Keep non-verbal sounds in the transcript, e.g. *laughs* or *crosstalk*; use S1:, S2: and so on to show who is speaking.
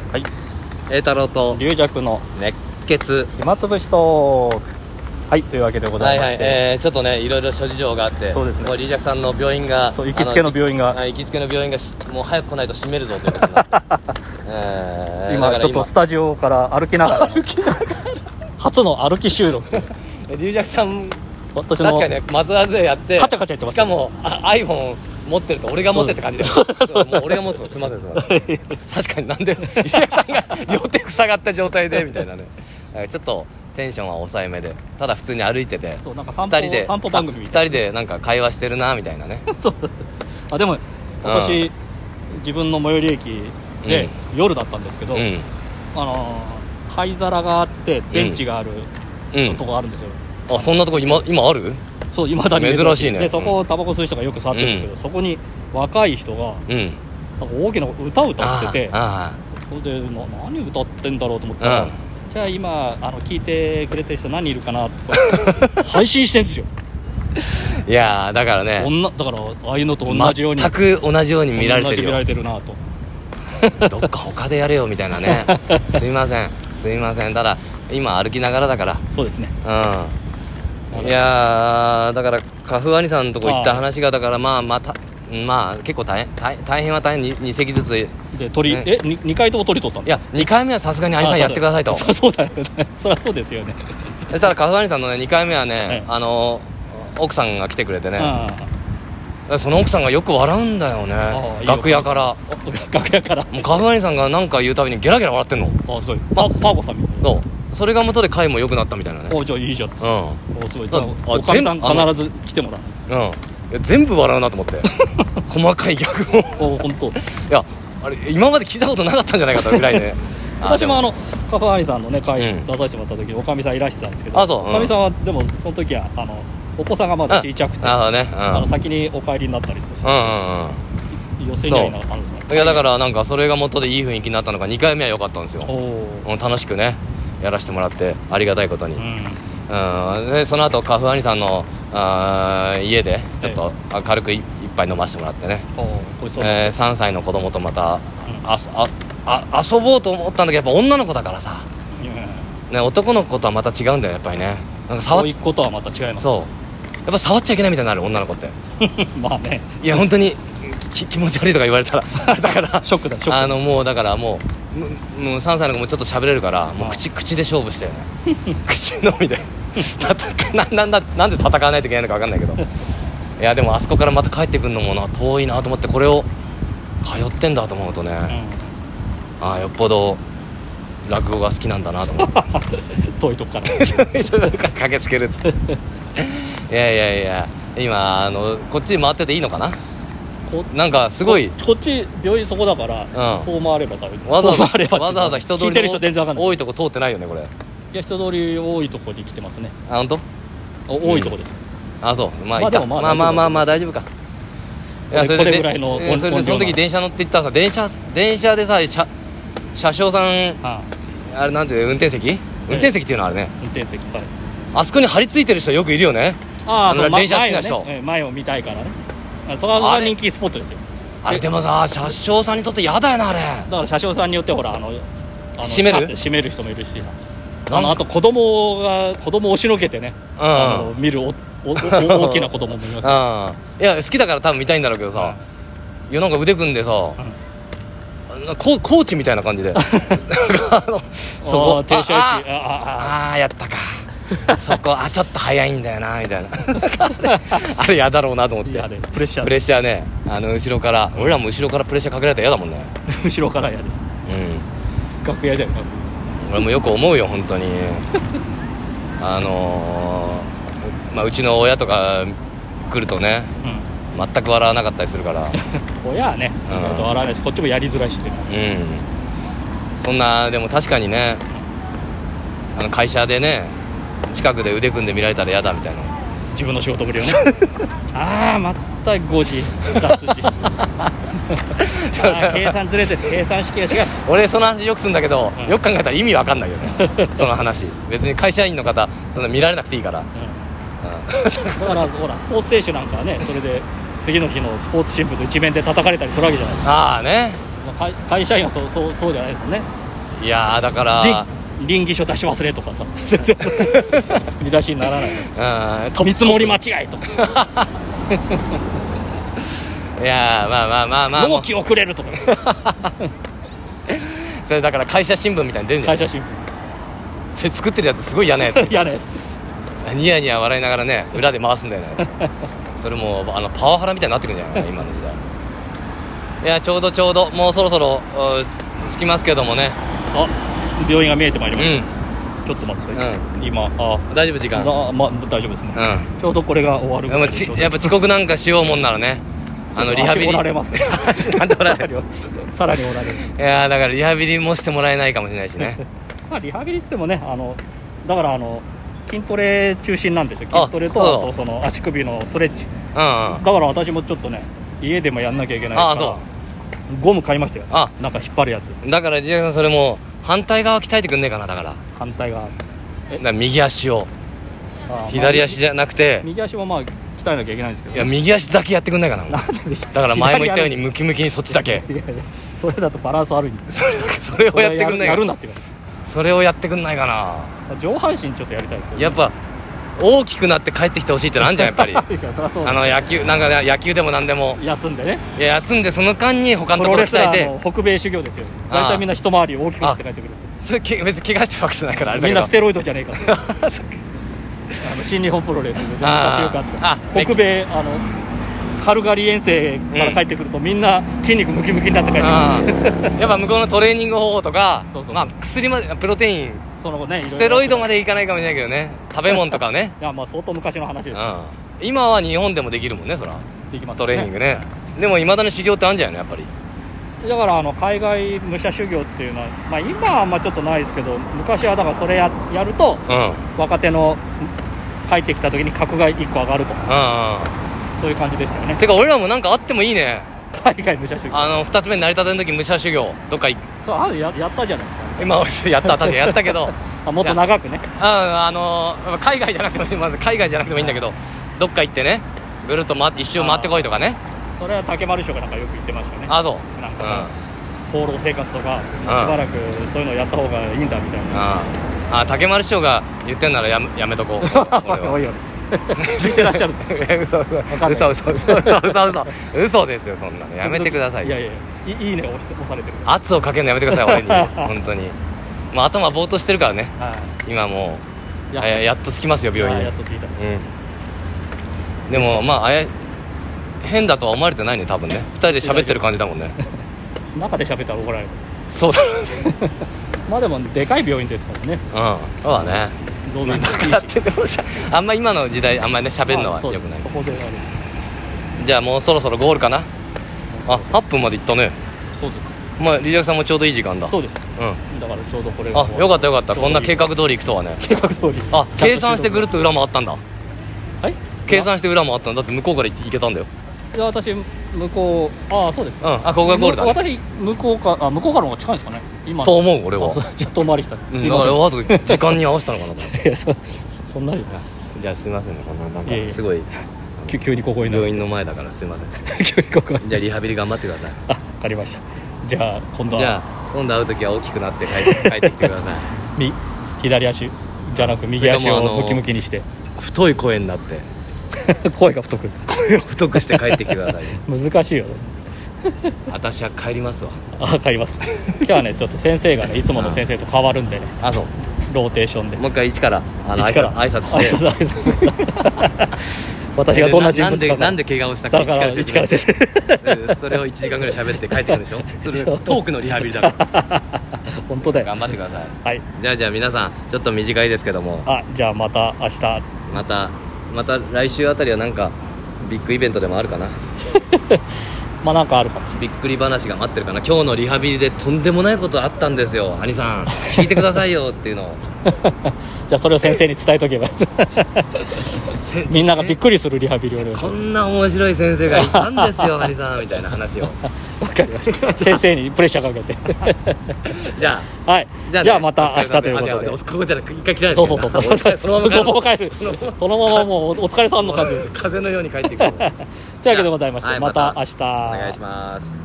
S1: はい
S2: 栄太郎と
S1: 龍尺の
S2: 熱血
S1: 暇つぶしトークはいというわけでござ
S2: はいい
S1: ま
S2: は
S1: し
S2: い、
S1: て、
S2: えー、ちょっとねいろいろ諸事情があって
S1: そうですね
S2: もうリージャクさんの病院が
S1: そう行きつけの病院
S2: あ
S1: が
S2: のはい行きつけの病院がしもう早く来ないと閉めるぞという
S1: *laughs*
S2: ことになって、えーだか
S1: 今
S2: ら
S1: ちょっとスタジオから歩きな
S2: *laughs*
S1: がら初の歩き収録という
S2: 今リージャクさん
S1: 私の
S2: 確かにねマザーズやって
S1: カチャカチャやってます
S2: しかもあ iPhone 持ってると俺が持ってって感じですそうもう俺が持つのすいませんすいません確かになんでリージャクさんが両手塞がった状態でみたいなねえーちょっとテンションは抑えめでただ普通に歩いてて
S1: そうなんか散
S2: 2人
S1: 歩
S2: で
S1: 散歩番組みたい
S2: 2人でなんか会話してるなみたいなね
S1: なあでも私、自分の最寄り駅で、夜だったんですけど、
S2: うん
S1: あのー灰皿があってベンチがある
S2: うん
S1: とこがあるんですよ、
S2: あそんなとこ今今ある
S1: そういまだに
S2: 珍しいね
S1: でそこをタバコ吸う人がよく座ってるんですけど、そこに若い人が
S2: うん
S1: なんか大きな歌を歌ってて
S2: あ
S1: それでな何歌ってんだろうと思っ
S2: あ
S1: たら、
S2: あ
S1: じゃあ今あの聞いてくれてる人何人いるかなとか
S2: *laughs*
S1: 配信してんですよ
S2: うんいやーだからね
S1: 女だからああいうのと同じように
S2: 全く同じように見られて
S1: 同じ
S2: る
S1: 見ら
S2: よ
S1: れてるなと
S2: どっか他でやれよみたいなねすいませんすいませんただ今歩きながらだから
S1: そうですね
S2: うんいやーだからカフアニさんのとこ行った話がだからまあまたまあ結構大変大大変は大変に2席ずつい
S1: で鳥、
S2: ね
S1: えに二回とも鳥取ったんです
S2: や2回目はさすがにアニさんやってくださいと
S1: そう *laughs* そうだよねそりゃそうですよね
S2: そしたらカフアニさんのね2回目はね、
S1: い
S2: あの奥さんが来てくれてね、
S1: あ
S2: その奥さんがよく笑うんだよね
S1: あいい
S2: 楽屋から
S1: あ楽屋からあ
S2: もうカフアニさんが何か言うたびにゲラゲラ笑ってんの
S1: すごいパパーコさんみたいな
S2: そうそれが元で会も良くなったみたいなね
S1: おじゃあいいじゃん
S2: うん
S1: おすごい
S2: あ
S1: おかみさん
S2: 全あの
S1: 必ず来てもらう
S2: うんいや全部笑うなと思って
S1: *laughs*
S2: 細かいギャグをい
S1: お本当
S2: やあれ今まで聞いたことなかったんじゃないかとぐら
S1: *laughs*
S2: いね
S1: 私もあ
S2: の
S1: のカフェアニさんのね会
S2: うん
S1: 出させてもらった時おかみさんいらしてたんですけど
S2: あそううん
S1: おかみさんはでもその時はあのお子さんがまだ小さくてあ
S2: ああね
S1: の先にお帰りになったりとかし
S2: うんうんうん
S1: て寄せにはいなかったんです
S2: うんいやだからなんかそれが元でいい雰囲気になったのか2回目は良かったんです
S1: お
S2: よ、
S1: お
S2: うん、楽しくねやらせてもらってありがたいことに、
S1: うん
S2: うん、でその後カフアニさんのあー家でちょっとあ軽くい一杯飲ませてもらってね、
S1: おお美味しそうだ
S2: えー、3歳の子供とまたあそああ遊ぼうと思ったんだけどやっぱ女の子だからさ、ね、男の子とはまた違うんだよやっぱりねなんか触
S1: そうい
S2: っ
S1: うことはまた違います
S2: そうやっぱ触っちゃいけないみたいになる女の子って
S1: *laughs* まあね
S2: いや本当にき気持ち悪いとか言われたらあれだから
S1: ショックだショッ
S2: あ
S1: クだ
S2: のもうだからもうむもう3歳の子もちょっと喋れるからも
S1: あ
S2: う
S1: あ
S2: 口口で勝負したよね *laughs* 口のみで戦ななんだなんで戦わないといけないのか分かんないけどいやでもあそこからまた帰ってくるのもな遠いなと思ってこれを通ってんだと思うとね、ああよっぽど落語が好きなんだなと思って
S1: うん遠いとこか
S2: *laughs*
S1: ら
S2: 駆けつけるっていやいやいや今あのこっち回ってていいのかな
S1: こ
S2: なんかすごい
S1: ここっち病院そこだから
S2: うん
S1: こう回れば食べる
S2: わざわ
S1: こう回れ
S2: ざ
S1: ば
S2: わざわざ人通
S1: 聞
S2: り
S1: いてる人全然わかんない
S2: 多いとこ通ってないよねこれあ
S1: いや人通り多いとこに来てますね
S2: 本当
S1: お多いとこです、
S2: あそうまあ
S1: ま
S2: いい
S1: あで
S2: か
S1: も
S2: ま
S1: ま
S2: あ
S1: あ
S2: まあまあまあ大丈夫かいや
S1: これ
S2: で
S1: これぐらいの
S2: えーそれで
S1: 音
S2: その
S1: 音量な
S2: 時
S1: ら
S2: 電車乗って行ったらさ電車電車でさ車車掌さん
S1: あ
S2: あれなんていうの運転席運転席っていうのあるね
S1: あ運転席はい
S2: あそこに張り付いてる人よくいるよね
S1: あ
S2: あの
S1: そうま
S2: 電車好きな人
S1: 前を,、ね、え前を見たいからねあそこは
S2: あれ
S1: 人気スポットですよ
S2: あれでもさ車掌さんにとってやだよなあれ
S1: だから車掌さんによってはほらあのあの
S2: 閉める
S1: シャッて閉める人もいるし
S2: な
S1: あ
S2: ん
S1: のあと子供が子供を押しのけてね、あ
S2: うん
S1: の見る
S2: *laughs*
S1: おおお大きな子供もいます
S2: うんいや好きだから多分見たいんだろうけどさいやなんか腕組んでさなコーコーチみたいな感じ *laughs* でなんかあのそ
S1: あ
S2: こ
S1: ー停車位置
S2: あ
S1: あああ
S2: ああーやったかそこあちょっと早いんだよなみたいな *laughs* あれあれやだろうなと思っ
S1: あ
S2: て
S1: 嫌でプレッシャー
S2: プ
S1: で
S2: レッシャーねあの後ろから俺らも後ろからプレッシャーかけられたら嫌だもんね
S1: 後ろから嫌です
S2: う
S1: 楽屋で
S2: ん俺もよく思うよ本当にあのーまあうちの親とか来るとね
S1: う
S2: 全く笑わなかったりするから
S1: ん親はね、
S2: うん
S1: あと笑わないしこっちもやりづらいしっていうのは
S2: うんそんなでも確かにねあの会社でね近くで腕組んで見られたら嫌だみたいな
S1: 自分の仕事ぶ
S2: *laughs*
S1: りをねああまた5時脱
S2: *laughs*
S1: 時あー計算ずれてる計算式が違う
S2: 俺その話よくするんだけど、
S1: うん
S2: よく考えたら意味わかんないよ
S1: *laughs*
S2: ねその話別に会社員の方そんな見られなくていいから、うん *laughs*
S1: だからほらスポーツ選手なんかはねそれで次の日のスポーツ新聞の一面で叩かれたりするわけじゃないで
S2: ああね
S1: すか、まあ、会会社員はそうそうそうじゃないですもんね
S2: いやーだから
S1: り倫理書出し忘れと
S2: *laughs*
S1: かさ見出しにならない
S2: うんトップ
S1: 見積もり間違いとか
S2: いやーまあまあまあまあも
S1: 納
S2: う
S1: 期遅れるとか
S2: それだから会社新聞みたいに出るんじゃ
S1: 会
S2: な
S1: 社
S2: い
S1: 新
S2: それ作ってるやつすごい嫌なやつ *laughs*
S1: 聞嫌なやつ
S2: ニヤニヤ笑いながらね裏で回すんだよ
S1: *laughs*
S2: ねそれもうあのパワハラみたいになってくるんじゃないかな今の時代いやちょうどちょうどもうそろそろうんつ着きますけどもね
S1: あ病院が見えてまいり
S2: う
S1: まし
S2: ん
S1: た、ちょっと待ってください、
S2: う
S1: 今あ
S2: 大丈夫時間
S1: なま大丈夫ですね、
S2: う
S1: ちょうどこれが終わる
S2: んでもちやっぱ遅刻なんかしようもんならねあのリハビ
S1: 足
S2: リ
S1: 折られますね
S2: *laughs* なんで折られ
S1: *laughs*
S2: る
S1: さらにおられる
S2: いやーだからリハビリもしてもらえないかもしれない
S1: *laughs*
S2: しね
S1: まあリハビリっつってもねあのだからあの筋トレ中心なんですよ
S2: あ
S1: 筋トレ
S2: そう
S1: とあとその足首のストレッチ
S2: うん、うん
S1: だから私もちょっとね家でもやんなきゃいけないから
S2: あそ
S1: ゴム買いましたよ
S2: あ
S1: なんか引っ張るやつ
S2: だからジェイさんそれも反対側鍛えてくんねえかなだからだ
S1: 反対側
S2: から右足を
S1: あ
S2: 左足じゃなくて
S1: 右足もまあ鍛えなきゃいけないんですけど
S2: いや右足だけやってくんないかな
S1: なんで右
S2: だから前も言ったようにムキムキにそっちだけ *laughs*
S1: 左足いやいやそれだとバランス悪いんで
S2: それをやってくんない
S1: や
S2: か
S1: る
S2: な
S1: なって言われ
S2: それをやってくんないかな
S1: た上半身ちょっとやりたいですけど
S2: やっぱ大きくなって帰ってきてほしいってのあるんじゃんやっぱ *laughs* り
S1: *laughs* いや
S2: あ
S1: そりゃそうだ
S2: の野球なんかね野球でも何でも
S1: 休んでね
S2: いや休んでその間に他の
S1: プ
S2: と
S1: ロ
S2: ころ
S1: レスラ
S2: 鍛え
S1: ー
S2: て
S1: の北米修行ですよ
S2: ああ
S1: 大体みんな一回り大きくなって帰ってくる
S2: それけ別に怪我してるわけじゃないからあれ
S1: み
S2: だけ
S1: ん
S2: ど
S1: なステロイドじゃねえかあの新日本プロレスで昔よくあっ
S2: ああ
S1: た北米あのカルガリー遠征から帰ってくると、みんな筋肉ムキムキになって帰ってくる、
S2: うん *laughs* やっぱ向こうのトレーニング方法とか
S1: そうそう
S2: まあ薬までプロテイン
S1: その後ねいろいろ
S2: ステロイドま
S1: で
S2: でいかないかもしれないけどね食べ物とか *laughs* ね
S1: いやまあ相当昔の話
S2: う
S1: です、
S2: ん今は日本でもできるもんねそら
S1: できます
S2: トレーニングねでもいまだに修行ってあるんじゃないのやっぱり
S1: だからあの海外武者修行っていうのは、まあ、今はあんまちょっとないですけど昔はだからそれややると
S2: うん
S1: 若手の帰ってきた時に格が1個上がるとか
S2: うんうん
S1: そういう感じですよね
S2: てか俺らもなんかあってもいいね
S1: 海外武者修行
S2: あの2つ目になりたての時武者修行どっか行
S1: そうあややったじゃないですか
S2: 今俺やった確かにやったけど *laughs* うん
S1: あもっと長くね
S2: あの海外じゃなくてもいいまず海外じゃなくてもいいんだけどどっか行ってねぐるっと回って一周回ってこいとかね
S1: それは竹丸師匠がなんかよく言ってましたよね
S2: あそう
S1: なん
S2: うん
S1: か、放浪生活とかしばらくそういうのやった方がいいんだみたいな
S2: ああ竹丸師匠が言ってんならやめやめ
S1: *laughs*
S2: とこう俺は
S1: おいおい聞いてらっしゃる
S2: 嘘
S1: かんない
S2: 嘘嘘嘘嘘嘘嘘嘘嘘ですよそんなのやめてください
S1: いやいやいやいいいねを押して押されてる
S2: 圧をかけるのやめてください俺に
S1: *laughs*
S2: 本当にまあ頭ぼーっとしてるからね
S1: は
S2: 今も
S1: いう
S2: あややっと着きますよ病
S1: あ
S2: 院に
S1: やっと着いた
S2: うんでもまああや変だとは思われてないね多分ね2人で喋ってる感じだもんね
S1: 中で喋ったら怒られる
S2: *laughs* そうだろうね
S1: まあでもでかい病院ですからね
S2: うんそうだね
S1: 動画に
S2: だってでもしゃあんま今の時代あんまりね喋るのはよくない
S1: そこである
S2: じゃあもうそろそろゴールかなあ8分までいったね
S1: そうです
S2: まあリリアクさんもちょうどいい時間だ
S1: そうです
S2: うん
S1: だからちょうどこれが
S2: あよかったよかった
S1: ちょうどい
S2: こん
S1: い
S2: な計画通り行くとはね
S1: 計画通り
S2: あ計算してぐる
S1: る
S2: っと裏回ったんだ
S1: はい
S2: 計算して裏回ったんだだって向こうから行って行けたんだよ
S1: いや私向こうああそうです
S2: うんあここがゴールだね
S1: 私向こうかあ向こうからの方が近いんですかね今
S2: と思う俺は
S1: あそうちょっと遠回りした
S2: うん
S1: すい
S2: だ
S1: ま
S2: か
S1: せ
S2: ら
S1: ん
S2: わざと時間に合わせたのかなと思って
S1: いやそそんなにな
S2: *laughs* じゃあすいませんねこんななん
S1: いえいえ
S2: かすごい
S1: 急急にここにな
S2: 病
S1: る
S2: 院の前だからすいません *laughs*
S1: 急にここに
S2: じゃあリハビリ頑張ってください
S1: あわかりましたじゃあ今度
S2: じゃ
S1: は
S2: あ今度会う時は大きくなって帰って *laughs* 帰ってきてください
S1: み左足じゃなく右
S2: そ
S1: 足
S2: れかもうあ
S1: を
S2: の
S1: ムキムキにして *laughs*
S2: 太い声になって
S1: 声が太く
S2: 声を太くして帰ってきてく
S1: *laughs*
S2: ださい
S1: 難しいよ
S2: 私は帰りますわ
S1: あ帰ります今日はねちょっと先生がねいつもの先生と変わるんでね
S2: あそう
S1: ローテーションで
S2: もう一回一からあの
S1: 一から
S2: 挨拶して
S1: 挨拶挨拶私がどんな人物
S2: で
S1: か
S2: なんで怪我をしたか
S1: だから
S2: 一から説
S1: 一から
S2: 明 *laughs* でそれを1時間ぐらい喋って帰ってくるでしょそれトークのリハビリだから
S1: 本当だよ
S2: 頑張ってくださ
S1: は
S2: い
S1: い
S2: じゃあじゃあ皆さんちょっと短いですけども
S1: あじゃあまた明日
S2: またまた来週あたりはなんかビッグイベントでもあるかな
S1: まあなんかあるかもしれ
S2: びっくり話が待ってるかな今日のリハビリでとんでもないことあったんですよ兄さん聞いてくださいよってい
S1: *laughs*
S2: うのを
S1: ないじゃあそれを先生に伝えとけばみんながびっくりするリハビリをお願いし
S2: こ
S1: ます
S2: んな面白い先生がいたんですよ兄さんみたいな話を
S1: わかりました先生にプレッシャーかけ *laughs* て
S2: じゃあ
S1: はいじゃ,、
S2: ね
S1: あまた明日ということ
S2: あ
S1: で
S2: 違違ここじゃなく一回切られて
S1: そうそうそうそうそうそ
S2: のまま帰ろ
S1: のまま帰る *laughs* そのままもうお疲 *laughs* れさんの感じで *laughs*
S2: 風のように帰っていく
S1: というわけでございまして、
S2: はい
S1: また明日お
S2: お願いします